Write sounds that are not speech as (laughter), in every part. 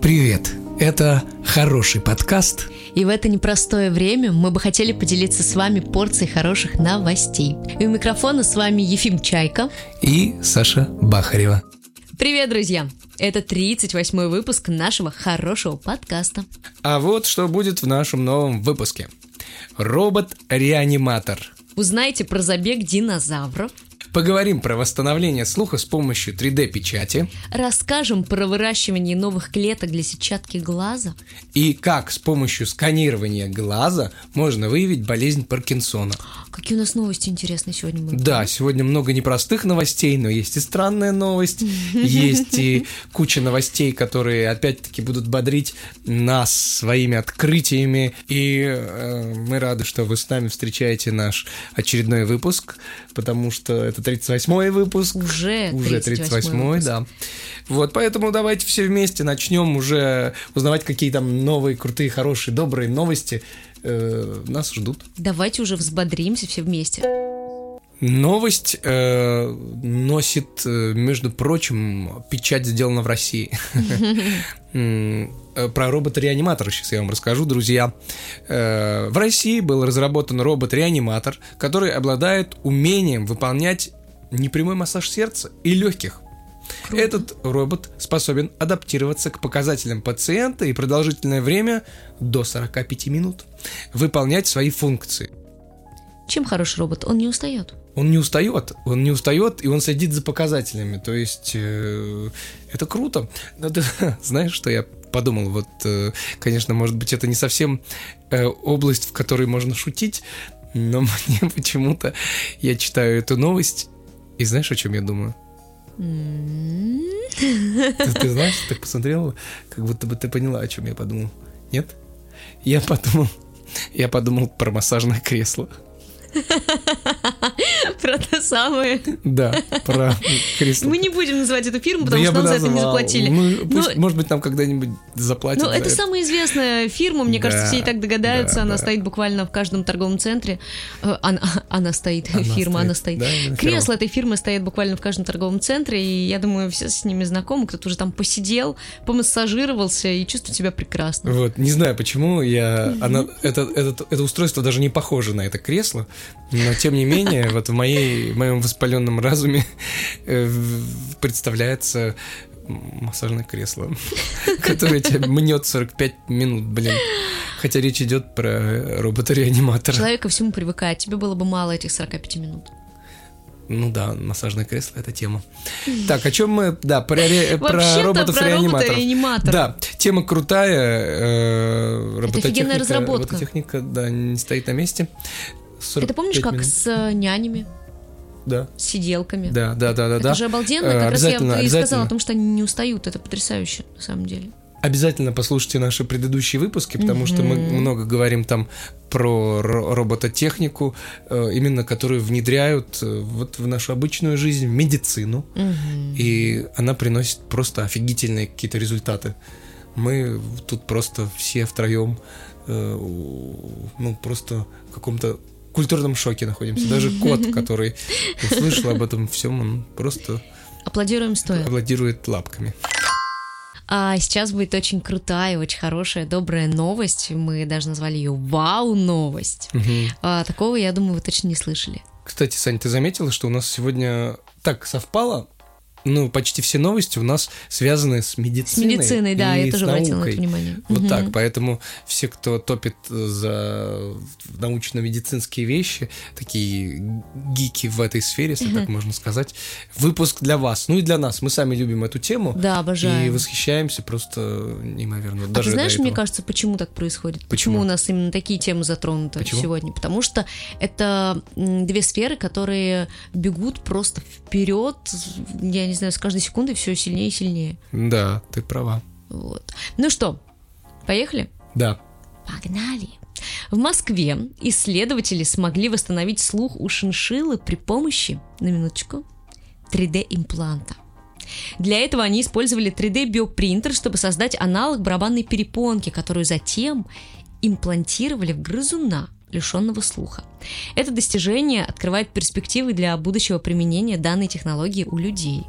Привет! Это хороший подкаст. И в это непростое время мы бы хотели поделиться с вами порцией хороших новостей. И у микрофона с вами Ефим Чайка. И Саша Бахарева. Привет, друзья! Это 38-й выпуск нашего хорошего подкаста. А вот что будет в нашем новом выпуске. Робот-реаниматор. Узнайте про забег динозавров, Поговорим про восстановление слуха с помощью 3D-печати расскажем про выращивание новых клеток для сетчатки глаза, и как с помощью сканирования глаза можно выявить болезнь Паркинсона. Какие у нас новости интересные сегодня будут? Да, сегодня много непростых новостей, но есть и странная новость, есть и куча новостей, которые опять-таки будут бодрить нас своими открытиями. И э, мы рады, что вы с нами встречаете наш очередной выпуск, потому что это 38-й выпуск. Уже Уже 38-й, выпуск. да. Вот, поэтому давайте все вместе начнем уже узнавать, какие там новые, крутые, хорошие, добрые новости э, нас ждут. Давайте уже взбодримся все вместе. Новость э, носит, э, между прочим, печать сделана в России. М, э, Про робота-реаниматора сейчас я вам расскажу, друзья. Э, В России был разработан робот-реаниматор, который обладает умением выполнять непрямой массаж сердца и легких. Этот робот способен адаптироваться к показателям пациента и продолжительное время до 45 минут выполнять свои функции. Чем хороший робот? Он не устает. Он не устает, он не устает, и он следит за показателями. То есть э, это круто. Но ты (laughs) знаешь, что я подумал? Вот, э, конечно, может быть, это не совсем э, область, в которой можно шутить, но (laughs) мне почему-то я читаю эту новость. И знаешь, о чем я думаю? М, Ты, ты знаешь, ты так посмотрела, как будто бы ты поняла, о чем я подумал. Нет? Я подумал, я подумал про массажное кресло. (laughs) Про то самое. Да, про кресло. Мы не будем называть эту фирму, Да Ну, потому я что бы нам за это не назвал. заплатили. Ну, Но- пусть, может быть, нам когда-нибудь заплатят. Ну, за это самая известная фирма, мне кажется, Да, все и так догадаются. да, Она да. стоит буквально в каждом торговом центре. Э, Она, (laughs) она стоит, Она фирма, она стоит, стоит. да, именно фирма. Кресло этой фирмы стоит буквально в каждом торговом центре, и я думаю, все с ними знакомы. Кто-то уже там посидел, помассажировался и чувствует себя прекрасно. Вот, не знаю почему, я, она, это, это, это устройство даже не похоже на это кресло, но тем не (laughs) менее, вот в, моей, в моем воспаленном разуме э, в- представляется массажное (laughs) кресло, которое тебя мнет 45 минут, блин. Хотя речь идет про робота-реаниматора. Человек ко всему привыкает. Тебе было бы мало этих 45 минут. Ну да, массажное кресло это тема. Так, о чем мы? Да, про, ре- про Вообще-то роботов-реаниматоров. реаниматор. Да, тема крутая. э, робототехника- разработка. Робототехника, да, не стоит на месте. Это помнишь, 45 как минут. с э, нянями, Да, с сиделками? да, да, да, да. Это да. же обалденно, Э, как раз я обязательно, вот и сказала обязательно. о том, что они не устают, это потрясающе, на самом деле. Обязательно послушайте наши предыдущие выпуски, потому что мы много говорим там про ро- робототехнику, э, именно которую внедряют э, вот в нашу обычную жизнь, в медицину. И она приносит просто офигительные какие-то результаты. Мы тут просто все втроем, э, у- ну, просто в каком-то культурном шоке находимся. (laughs) Даже кот, который услышал об этом всем, он просто Аплодируем стоя. аплодирует лапками. А сейчас будет очень крутая, очень хорошая, добрая новость. Мы даже назвали ее Вау-новость. Мгм. А, такого, я думаю, вы точно не слышали. Кстати, Сань, ты заметила, что у нас сегодня так совпало? Ну, почти все новости у нас связаны с С медициной. медициной, да, и я тоже с обратила на наукой. это внимание. Вот Мгм. так, поэтому все, кто топит э, за научно-медицинские вещи, такие гики в этой сфере, если так можно сказать, выпуск для вас, ну и для нас. Мы сами любим эту тему. Да, И обожаю. восхищаемся просто неимоверно. А Даже ты до знаешь, мне этого. кажется, почему так происходит? Почему? у нас именно такие темы затронуты Почему? сегодня? Потому что это м, две сферы, которые бегут просто вперед, я не знаю, с каждой секундой все сильнее и сильнее. Да, ты права. Вот. Ну что, поехали? Да. Погнали! В Москве исследователи смогли восстановить слух у шиншиллы при помощи, на минуточку, 3D-импланта. Для этого они использовали 3D-биопринтер, чтобы создать аналог барабанной перепонки, которую затем имплантировали в грызуна, лишенного слуха. Это достижение открывает перспективы для будущего применения данной технологии у людей.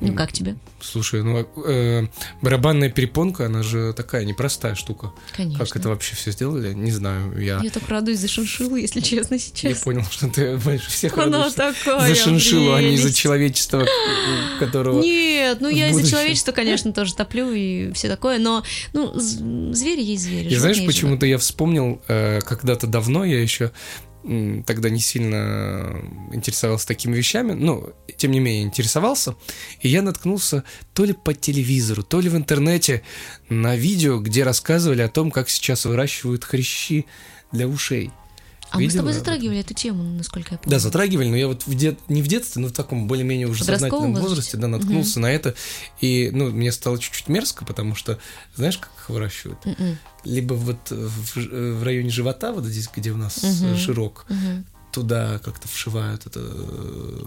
Ну как тебе? Слушай, ну э, барабанная перепонка, она же такая непростая штука. Конечно. Как это вообще все сделали? Не знаю. Я, Я так радуюсь за шиншиллу, если честно, я сейчас. понял, что ты больше всех Она радуешься за такая шиншилу, а не за прелесть. человечество, к- которого... Нет, ну в я из-за будущем. человечества, конечно, тоже топлю и все такое, но ну, з- звери есть звери. И знаешь, животные есть почему-то я вспомнил, э, когда-то давно я еще м, тогда не сильно э, интересовался такими вещами, но тем не менее интересовался, и я наткнулся то ли по телевизору, то ли в интернете на видео, где рассказывали о том, как сейчас выращивают хрящи для ушей. животные. А мы с Видела тобой об этом? затрагивали эту тему, насколько я помню. Да, затрагивали, но я вот в дет- не в детстве, но в таком более-менее уже Подростковом сознательном возрасте, возрасте? да, наткнулся на это, и, ну, мне стало чуть-чуть мерзко, потому что, знаешь, как их выращивают? Мгм, либо вот в, ж- э, в районе живота, вот здесь, где у нас Мгм. э, широк, мгм. туда как-то вшивают это. э,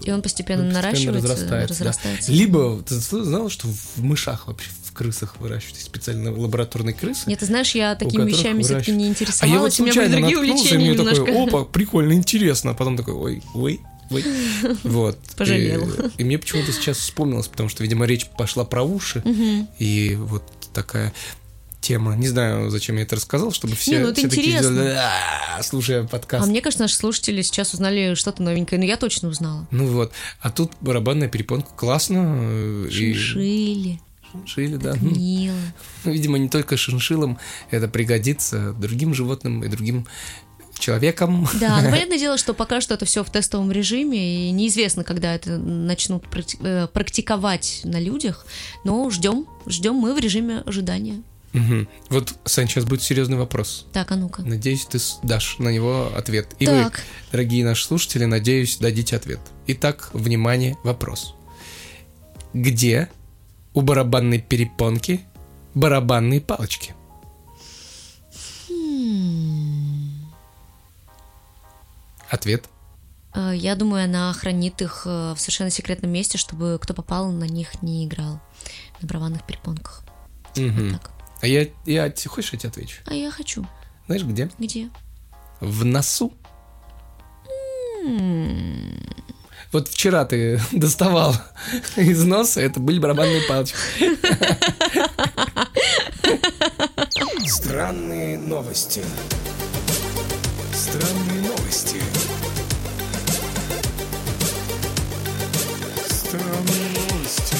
И он постепенно, постепенно наращивается, разрастается, да. разрастается. Либо ты знал, что в мышах вообще в крысах выращивают есть специально лабораторные крысы. Нет, ты знаешь, я такими которых вещами выращивают. все-таки не а я вот интересовалась, у меня были случайно другие наткнулся, и увлечения мне немножко. такой, опа, прикольно, интересно. А потом такой, ой, ой, (laughs) ой. Вот. Пожалел. И, и мне почему-то сейчас вспомнилось, потому что, видимо, речь пошла про уши. Мгм. И вот такая тема. Не знаю, зачем я это рассказал, чтобы все, Не, ну это все такие интересно. сделали, «А, слушая подкаст. А мне кажется, наши слушатели сейчас узнали что-то новенькое, но я точно узнала. Ну вот. А тут барабанная перепонка классно. э, и Шиншили, шиншилли, да. так мило. Ну, Видимо, не только шиншилам это пригодится другим животным и другим человеком. Да, ну, понятное дело, что пока что это все в тестовом режиме, и неизвестно, когда это начнут практи- э, практиковать на людях, но ждем, ждем мы в режиме ожидания. Мгм. Вот, Сань, сейчас будет серьезный вопрос. Так, а ну-ка. Надеюсь, ты с- дашь на него ответ. И вы, так, дорогие наши слушатели, надеюсь, дадите ответ. Итак, внимание, вопрос. Где у барабанной перепонки барабанные палочки? Ответ. э, я думаю, она хранит их э, в совершенно секретном месте, чтобы кто попал на них не играл на барабанных перепонках. Мгм. Вот так. А я, я те- хочешь, я тебе отвечу? А я хочу. Знаешь, где? Где? В носу. Вот вчера ты (laughs) доставал из носа, это были барабанные палочки. Странные новости. Странные новости. Странные новости.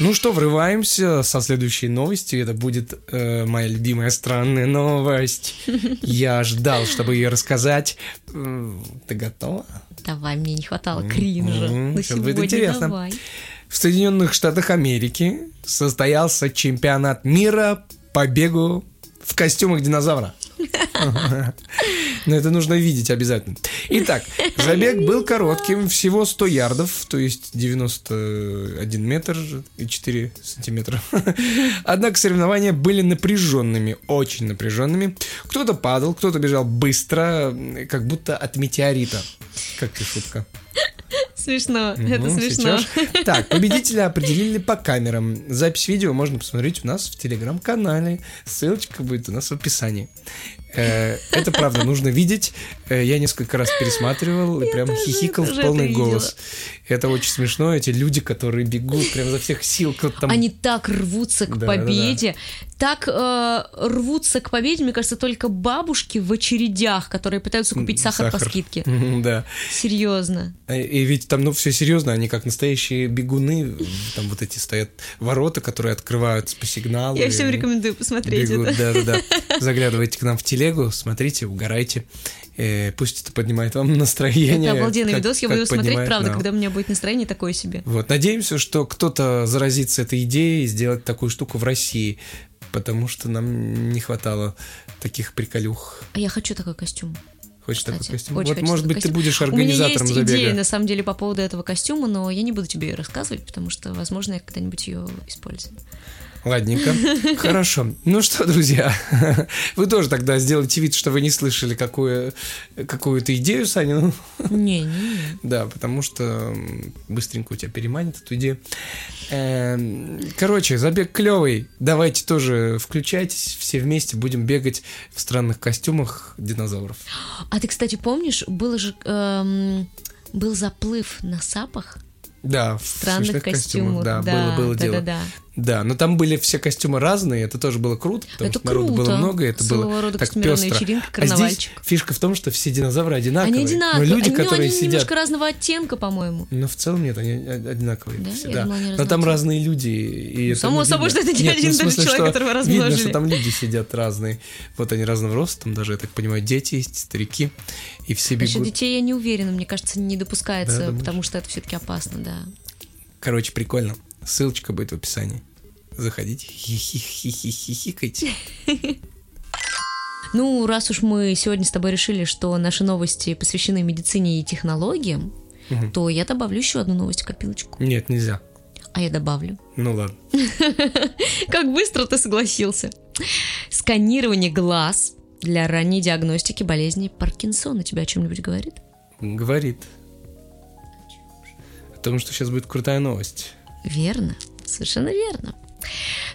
Ну что, врываемся со следующей новостью. Это будет э, моя любимая странная новость. Я ждал, чтобы ее рассказать. М, Ты готова? Давай, мне не хватало кринжа. м, Ну, сейчас будет сегодня интересно. давай. В Соединенных Штатах Америки состоялся чемпионат мира по бегу в костюмах динозавра. Но это нужно видеть обязательно. Итак, забег был коротким, всего 100 ярдов, то есть 91 метр и 4 сантиметра. Однако соревнования были напряженными, очень напряженными. Кто-то падал, кто-то бежал быстро, как будто от метеорита. Как ты, шутка? Смешно, это Ну, смешно. сейчас. Так, победителя определили по камерам. Запись видео можно посмотреть у нас в телеграм-канале. Ссылочка будет у нас в описании. Э, Это правда, нужно видеть. Э, Я несколько раз пересматривал и прям тоже, хихикал я в тоже полный это видела. голос. Это очень смешно. Эти люди, которые бегут прям за всех сил, кто-то там Они так рвутся к Да, да, да. победе, так э, рвутся к победе, мне кажется, только бабушки в очередях, которые пытаются купить сахар, по сахар. скидке. Мгм, (laughs) Да. Серьезно. И- И ведь там, ну, все серьезно, они как настоящие бегуны. Там вот эти стоят ворота, которые открываются по сигналу. Я и всем они- рекомендую посмотреть Бегут, это. (laughs) да-да-да. Заглядывайте к нам в телегу, смотрите, угорайте. Э, пусть это поднимает вам настроение. Это обалденный как- видос, я как буду его смотреть, поднимает правда, нам. когда у меня будет настроение такое себе. Вот, надеемся, что кто-то заразится этой идеей сделать такую штуку в России, потому что нам не хватало таких приколюх. А я хочу такой костюм. Хочешь кстати. такой костюм? Очень вот, хочу может такой быть, костюм. ты будешь У меня организатором есть забега. идея, на самом деле, по поводу этого костюма, но я не буду тебе ее рассказывать, потому что, возможно, я когда-нибудь ее (laughs) использую. Ладненько. (laughs) Хорошо. Ну что, друзья, (laughs) вы тоже тогда сделайте вид, что вы не слышали какую- какую-то идею, Саня. Ну, Не, не, не. Да, потому что м, быстренько у тебя переманят эту идею. Эм, Короче, забег клевый. Давайте тоже включайтесь. Все вместе будем бегать в странных костюмах динозавров. А ты, кстати, помнишь, был же эм, был заплыв на сапах Да, в странных смешных костюмах, костюмах. да, было, было да, дело. Да, да. Да, но там были все костюмы разные, это тоже было круто, потому Это что народу круто. было много, и это Своего было рода так костюмированная пестро. вечеринка, А здесь карнавальчик. фишка в том, что все динозавры одинаковые. Они одинаковые. Но люди, они, ну, которые они сидят... немножко разного оттенка, по-моему. Но в целом нет, они о- одинаковые. Да? все, Я да. думала, они Но там разноцветные. разные люди. И это само не собой, видно. что это не Нет, один ну, в даже смысле, человек, что которого Видно, размножили. что там люди сидят разные. Вот они разного роста, там даже, я так понимаю, дети есть, старики. И все Насчет бегут. детей я не уверена, мне кажется, не Да, допускается, думаешь? потому что это все-таки опасно, да. Короче, прикольно. Ссылочка будет в описании. Заходите, хихихихихихикайте. Ну, раз уж мы сегодня с тобой решили, что наши новости посвящены медицине и технологиям, Мгм. то я добавлю еще одну новость в копилочку. Нет, нельзя. А я добавлю. Ну ладно. Как быстро ты согласился. Сканирование глаз для ранней диагностики болезни Паркинсона тебя о чем-нибудь говорит? Говорит. О том, что сейчас будет крутая новость. Верно, совершенно верно.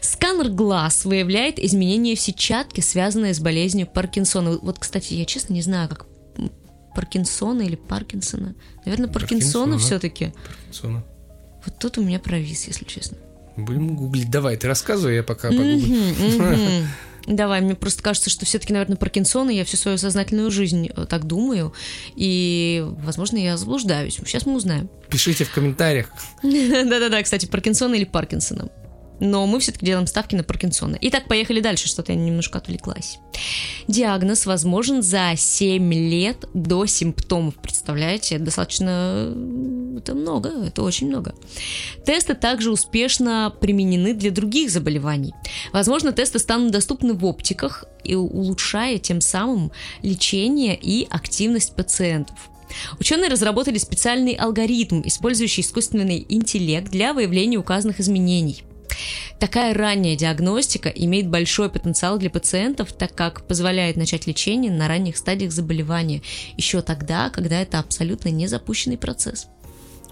Сканер глаз выявляет изменения в сетчатке, связанные с болезнью Паркинсона. Вот, кстати, я честно не знаю, как м, Паркинсона или Паркинсона. Наверное, Паркинсона Паркинсона. все-таки. Сона. Вот тут у меня провис, если честно. Будем гуглить. Давай, ты рассказывай, я пока погуглю. Мгм, мгм. Давай, мне просто кажется, что все-таки, наверное, Паркинсона, я всю свою сознательную жизнь э, так думаю, и, возможно, я заблуждаюсь. Сейчас мы узнаем. Пишите в комментариях. (laughs) Да-да-да, кстати, Паркинсона или Паркинсона. Но мы все-таки делаем ставки на Паркинсона. Итак, поехали дальше, что-то я немножко отвлеклась. Диагноз возможен за 7 лет до симптомов, представляете? Это Достаточно... э, Это много, это очень много. Тесты также успешно применены для других заболеваний. Возможно, тесты станут доступны в оптиках, и улучшая тем самым лечение и активность пациентов. Ученые разработали специальный алгоритм, использующий искусственный интеллект для выявления указанных изменений. Такая ранняя диагностика имеет большой потенциал для пациентов, так как позволяет начать лечение на ранних стадиях заболевания, еще тогда, когда это абсолютно не запущенный процесс.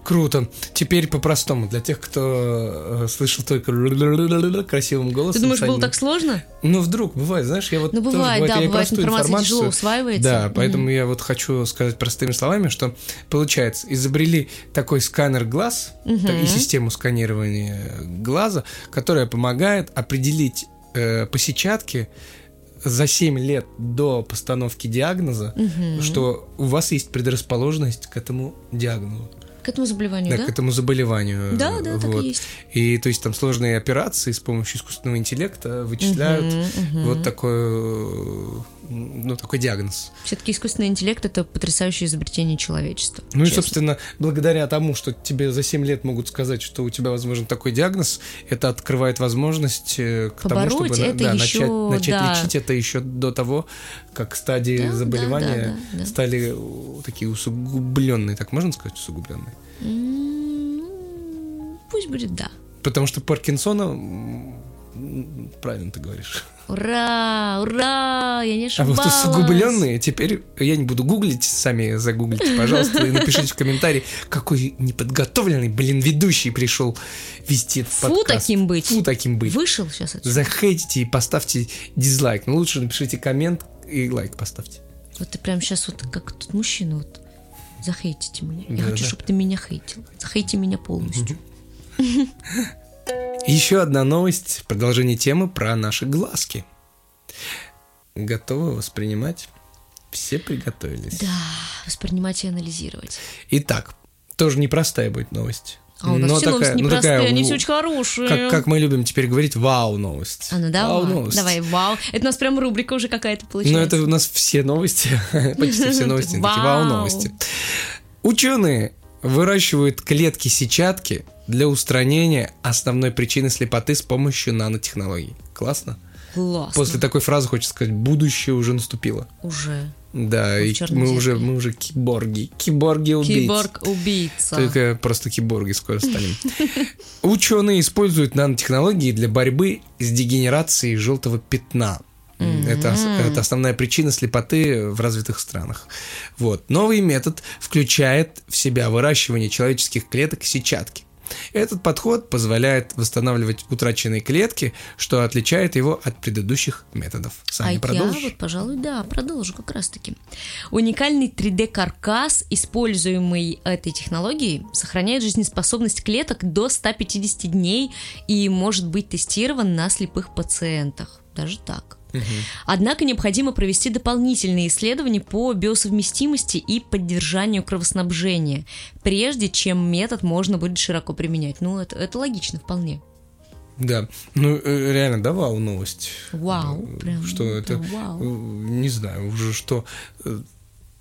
Круто. Теперь по-простому. Для тех, кто э, слышал только «ля-ля-ля-ля-ля» красивым голосом. Ты думаешь, было самим. так сложно? Ну, вдруг, бывает, знаешь, я вот Ну, тоже бывает, да, я и бывает, простую информация информацию- тяжело усваивается. Да, Мгм. поэтому я вот хочу сказать простыми словами, что получается, изобрели такой сканер глаз та- и систему сканирования глаза, которая помогает определить э, по сетчатке за 7 лет до постановки диагноза, что у вас есть предрасположенность к этому диагнозу, К этому заболеванию, да, да? к этому заболеванию. Да, э, да, так и есть. И то есть там сложные операции с помощью искусственного интеллекта вычисляют Мгм, мгм. вот такой, э, ну, такой диагноз. Все-таки искусственный интеллект это потрясающее изобретение человечества. Ну и, честно. собственно, благодаря тому, что тебе за 7 лет могут сказать, что у тебя возможен такой диагноз, это открывает возможность э, к тому, Побороть чтобы на- это да, ещё, начать, начать да. лечить это еще до того, как стадии Да, да, заболевания да, да, да. стали э, такие усугубленные, так можно сказать, усугубленные? М, ну, Пусть будет да. Потому что Паркинсона, м, м, правильно ты говоришь. Ура, ура, я не А вот ошибалась. усугубленные теперь я не буду гуглить, сами загуглите, пожалуйста, и напишите в комментарии, какой неподготовленный, блин, ведущий пришел вести этот Фу подкаст. таким быть. Фу таким быть. Вышел сейчас отсюда. Захейтите и поставьте дизлайк. Ну, лучше напишите коммент и лайк поставьте. Вот ты прям сейчас вот как тут мужчина вот захейтите меня. Я Да, хочу, да. чтобы ты меня хейтил. Захейте меня полностью. Еще одна новость, продолжение темы про наши глазки. Готовы воспринимать? Все приготовились. Да, воспринимать и анализировать. Итак, тоже непростая будет новость. А у нас Но все новости такая- ну, непростые, такая, они ну, все очень хорошие. Как, как мы любим теперь говорить, вау новость. А, ну давай, Вау новость. давай, вау. Это у нас прям рубрика уже какая-то Но получается. Ну, это у нас все новости, (laughs) почти все новости, такие Вау. вау новости. Ученые выращивают клетки сетчатки для устранения основной причины слепоты с помощью нанотехнологий. Классно. Классно. После такой фразы хочется сказать, будущее уже наступило. Уже. Да, Как в и «Черном мы зеркале». уже, мы уже киборги. Киборги убийцы. Киборг-убийца. Только просто киборги скоро станем. (laughs) Ученые используют нанотехнологии для борьбы с дегенерацией желтого пятна. Это, ос- это основная причина слепоты в развитых странах. Вот. Новый метод включает в себя выращивание человеческих клеток сетчатки. Этот подход позволяет восстанавливать утраченные клетки, что отличает его от предыдущих методов. а Сами продолжишь? я вот, пожалуй, да, продолжу как раз-таки. Уникальный 3D-каркас, используемый этой технологией, сохраняет жизнеспособность клеток до 150 дней и может быть тестирован на слепых пациентах. Даже так. Однако необходимо провести дополнительные исследования по биосовместимости и поддержанию кровоснабжения, прежде чем метод можно будет широко применять. Ну, это, это логично вполне. Да. Ну, э, реально, да, вау, новость. Вау, Э, прям, Что это? прям вау. э, Не знаю уже, что... э,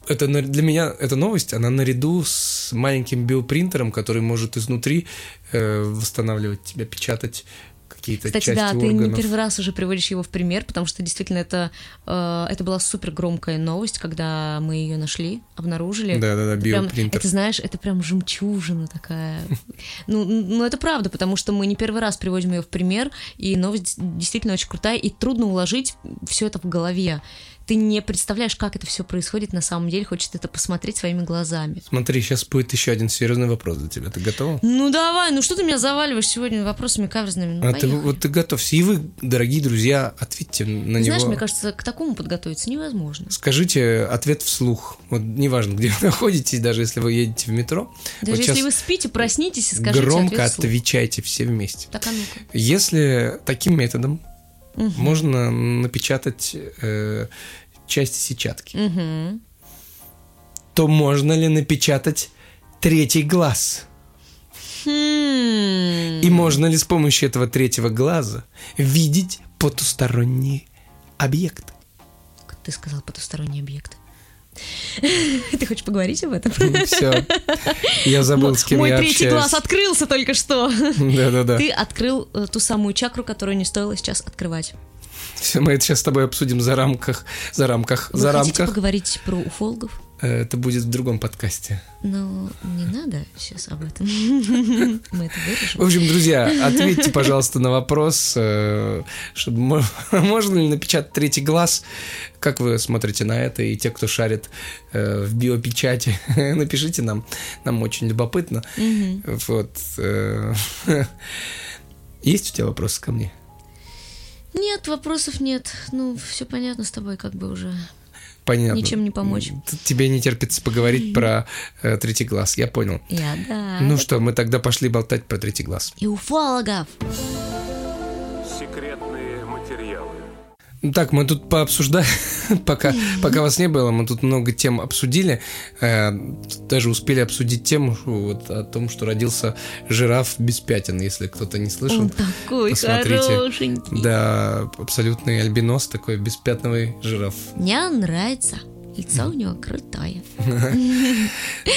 Это на- для меня эта новость, она наряду с маленьким биопринтером, который может изнутри э, восстанавливать тебя, печатать какие-то Кстати, части да, ты не органов. первый раз уже приводишь его в пример, потому что действительно это, э, это была супер громкая новость, когда мы ее нашли, обнаружили. Да-да-да, Это прям- биопринтер. это, знаешь, это прям жемчужина такая. Ну, ну, это правда, потому что мы не первый раз приводим ее в пример, и новость действительно очень крутая, и трудно уложить все это в голове. Ты не представляешь, как это все происходит на самом деле, хочется это посмотреть своими глазами. Смотри, сейчас будет еще один серьезный вопрос для тебя. Ты готова? Ну давай, ну что ты меня заваливаешь сегодня вопросами каверзными? Ну, а ты, поехали. вот ты готовься. И вы, дорогие друзья, ответьте на него. Знаешь, мне кажется, к такому подготовиться невозможно. Скажите ответ вслух. Вот неважно, где вы (laughs) находитесь, даже если вы едете в метро. Даже Вот если щас вы спите, проснитесь и скажите громко ответ вслух. отвечайте все вместе. Так, а ну-ка. Если таким методом можно напечатать э, части сетчатки, Мгм. то можно ли напечатать третий глаз? Хм. И можно ли с помощью этого третьего глаза видеть потусторонние объекты? Ты сказал потусторонний объект. (laughs) Ты хочешь поговорить об этом? (laughs) Все. Ну, Я забыл, с кем Мой я третий общаюсь. глаз открылся только что. (laughs) Да-да-да. Ты открыл э, ту самую чакру, которую не стоило сейчас открывать. Все, мы это сейчас с тобой обсудим за рамках, за рамках, Вы за хотите рамках. поговорить про уфологов? Э, Это будет в другом подкасте. Но не надо сейчас об этом. (laughs) Мы это В вырежем. общем, друзья, ответьте, пожалуйста, на вопрос, э, чтобы мо- (laughs) можно ли напечатать третий глаз, как вы смотрите на это, и те, кто шарит э, в биопечати, (laughs) напишите нам, нам очень любопытно. Мгм. Вот. э, (laughs) Есть у тебя вопросы ко мне? Нет, вопросов нет. Ну, все понятно с тобой, как бы уже. Понятно. Ничем не помочь. Т- Тебе не терпится поговорить про э, третий глаз, я понял. Я, да. Ну что, мы тогда пошли болтать про третий глаз. И уфологов. Секретные материалы. Ну Так, мы тут пообсуждали, (laughs) пока, пока вас не было, мы тут много тем обсудили, Э, даже успели обсудить тему что вот, о том, что родился жираф без пятен, если кто-то не слышал. Он такой Посмотрите. хорошенький. Да, абсолютный альбинос, такой беспятновый жираф. Мне он нравится. Лицо у него крутое.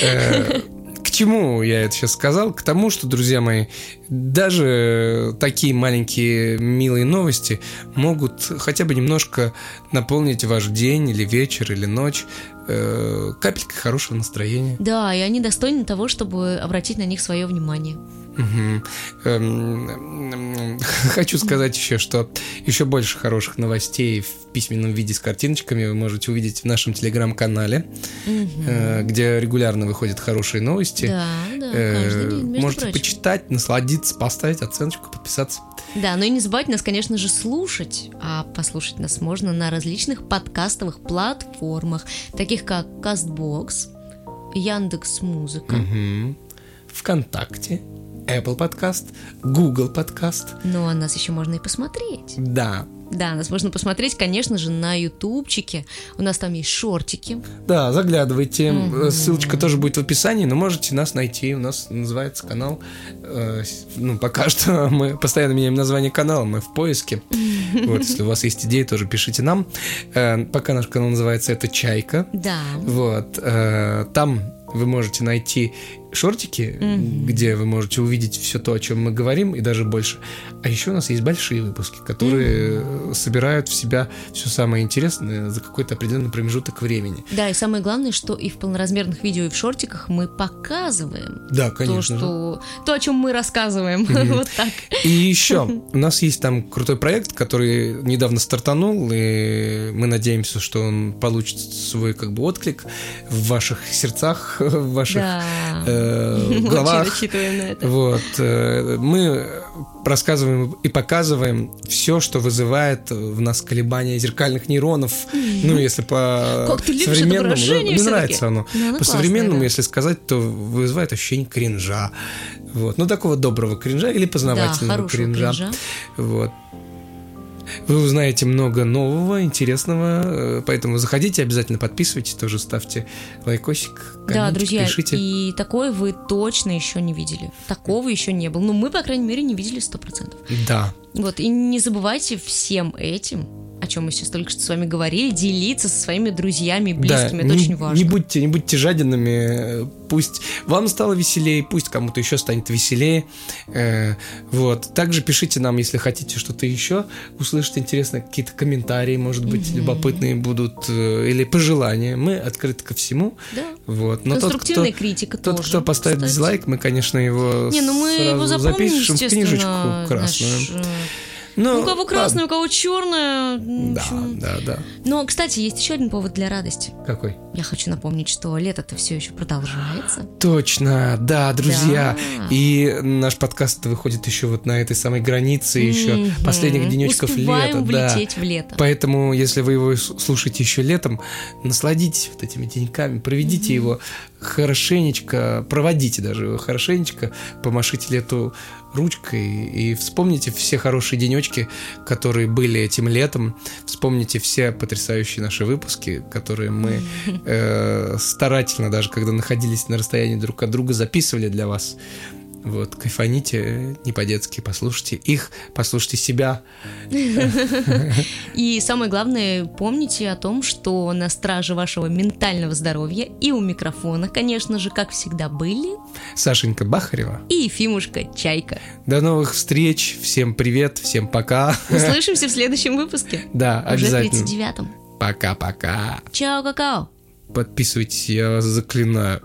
Э, К чему я это сейчас сказал? К тому, что, друзья мои, даже такие маленькие милые новости могут хотя бы немножко наполнить ваш день или вечер или ночь э, капелькой хорошего настроения. Да, и они достойны того, чтобы обратить на них свое внимание. Мгм. Эм, Хочу сказать еще, что еще больше хороших новостей в письменном виде с картиночками вы можете увидеть в нашем телеграм-канале, Мгм. э, где регулярно выходят хорошие новости. Да, да, Э, каждый день, между Можете прочим. почитать, насладиться, поставить оценочку, подписаться. Да, ну и не забывайте нас, конечно же, слушать. А послушать нас можно на различных подкастовых платформах, таких как Castbox, Яндекс Музыка. Мгм. ВКонтакте, Apple Podcast, Google Podcast. Ну, а нас еще можно и посмотреть. Да, Да, нас можно посмотреть, конечно же, на ютубчике. У нас там есть шортики. да, заглядывайте. Э, Ссылочка тоже будет в описании, но можете нас найти. У нас называется канал. э, с- ну, пока (laughs) что мы постоянно меняем название канала, мы в поиске. (laughs) Вот, если у вас есть идеи, тоже пишите нам. Э, Пока наш канал называется «Это Чайка». Да. Вот. э, Там вы можете найти шортики, где вы можете увидеть все то, о чем мы говорим, и даже больше. А еще у нас есть большие выпуски, которые э, собирают в себя все самое интересное за какой-то определенный промежуток времени. Да, и самое главное, что и в полноразмерных видео, и в шортиках мы показываем Да, то, конечно. же. что, то, о чем мы рассказываем. (laughs) Вот так. И еще у нас есть там крутой проект, который недавно стартанул, и мы надеемся, что он получит свой как бы отклик в ваших сердцах, в ваших Да. э, э, Очень головах. рассчитываем на это. Вот. э, Мы рассказываем и показываем все, что вызывает в нас колебания зеркальных нейронов. Ну, если по Как ты любишь это современному. да, выражение мне всё-таки. нравится оно. Да, оно по современному, классное, да. если сказать, то вызывает ощущение кринжа. Вот. Ну, такого доброго кринжа или Да, познавательного хорошего кринжа. Вот. Вы узнаете много нового, интересного, э, поэтому заходите, обязательно подписывайтесь, тоже ставьте лайкосик, Да, комментик, друзья, пишите. и такое вы точно еще не видели. Такого еще не было. Ну, мы, по крайней мере, не видели 100%. Да. Вот, и не забывайте всем этим, о чем мы сейчас только что с вами говорили, делиться со своими друзьями и близкими. Да, это не, очень важно. Не будьте, не будьте жадинами. э, Пусть вам стало веселее, пусть кому-то еще станет веселее. Э, вот. Также пишите нам, если хотите что-то еще услышать интересно, какие-то комментарии, может быть, любопытные будут, э, или пожелания. Мы открыты ко всему. Да. Вот. Но тот, кто, Конструктивная критика тот, тоже. кто поставит кстати. дизлайк, мы, конечно, его Не, ну мы сразу его запомним, запишем в естественно. книжечку красную. знаешь, э, Ну, у кого ладно. красную, у кого черную. Да, да, да. Но, кстати, есть еще один повод для радости. Какой? Я хочу напомнить, что лето-то все еще продолжается. Точно, да, друзья. Да. И наш подкаст выходит еще вот на этой самой границе, еще Мгм. последних денечков Успеваем лета. влететь в лето. Поэтому, если вы его с- слушаете еще летом, насладитесь вот этими деньками, проведите его хорошенечко, проводите даже его хорошенечко, помашите лету ручкой и вспомните все хорошие денечки, которые были этим летом, вспомните все потрясающие наши выпуски, которые мы э, старательно, даже когда находились на расстоянии друг от друга, записывали для вас. Вот, кайфаните, э, не по-детски, послушайте их, послушайте себя, И самое главное, помните о том, что на страже вашего ментального здоровья и у микрофона, конечно же, как всегда, были Сашенька Бахарева. и Ефимушка (laughs) Чайка. До новых встреч. Всем привет, всем пока. (laughs) Услышимся в следующем выпуске. Да, Уже в обязательно. 39-м. Пока-пока. Чао, какао! Подписывайтесь, я вас заклинаю.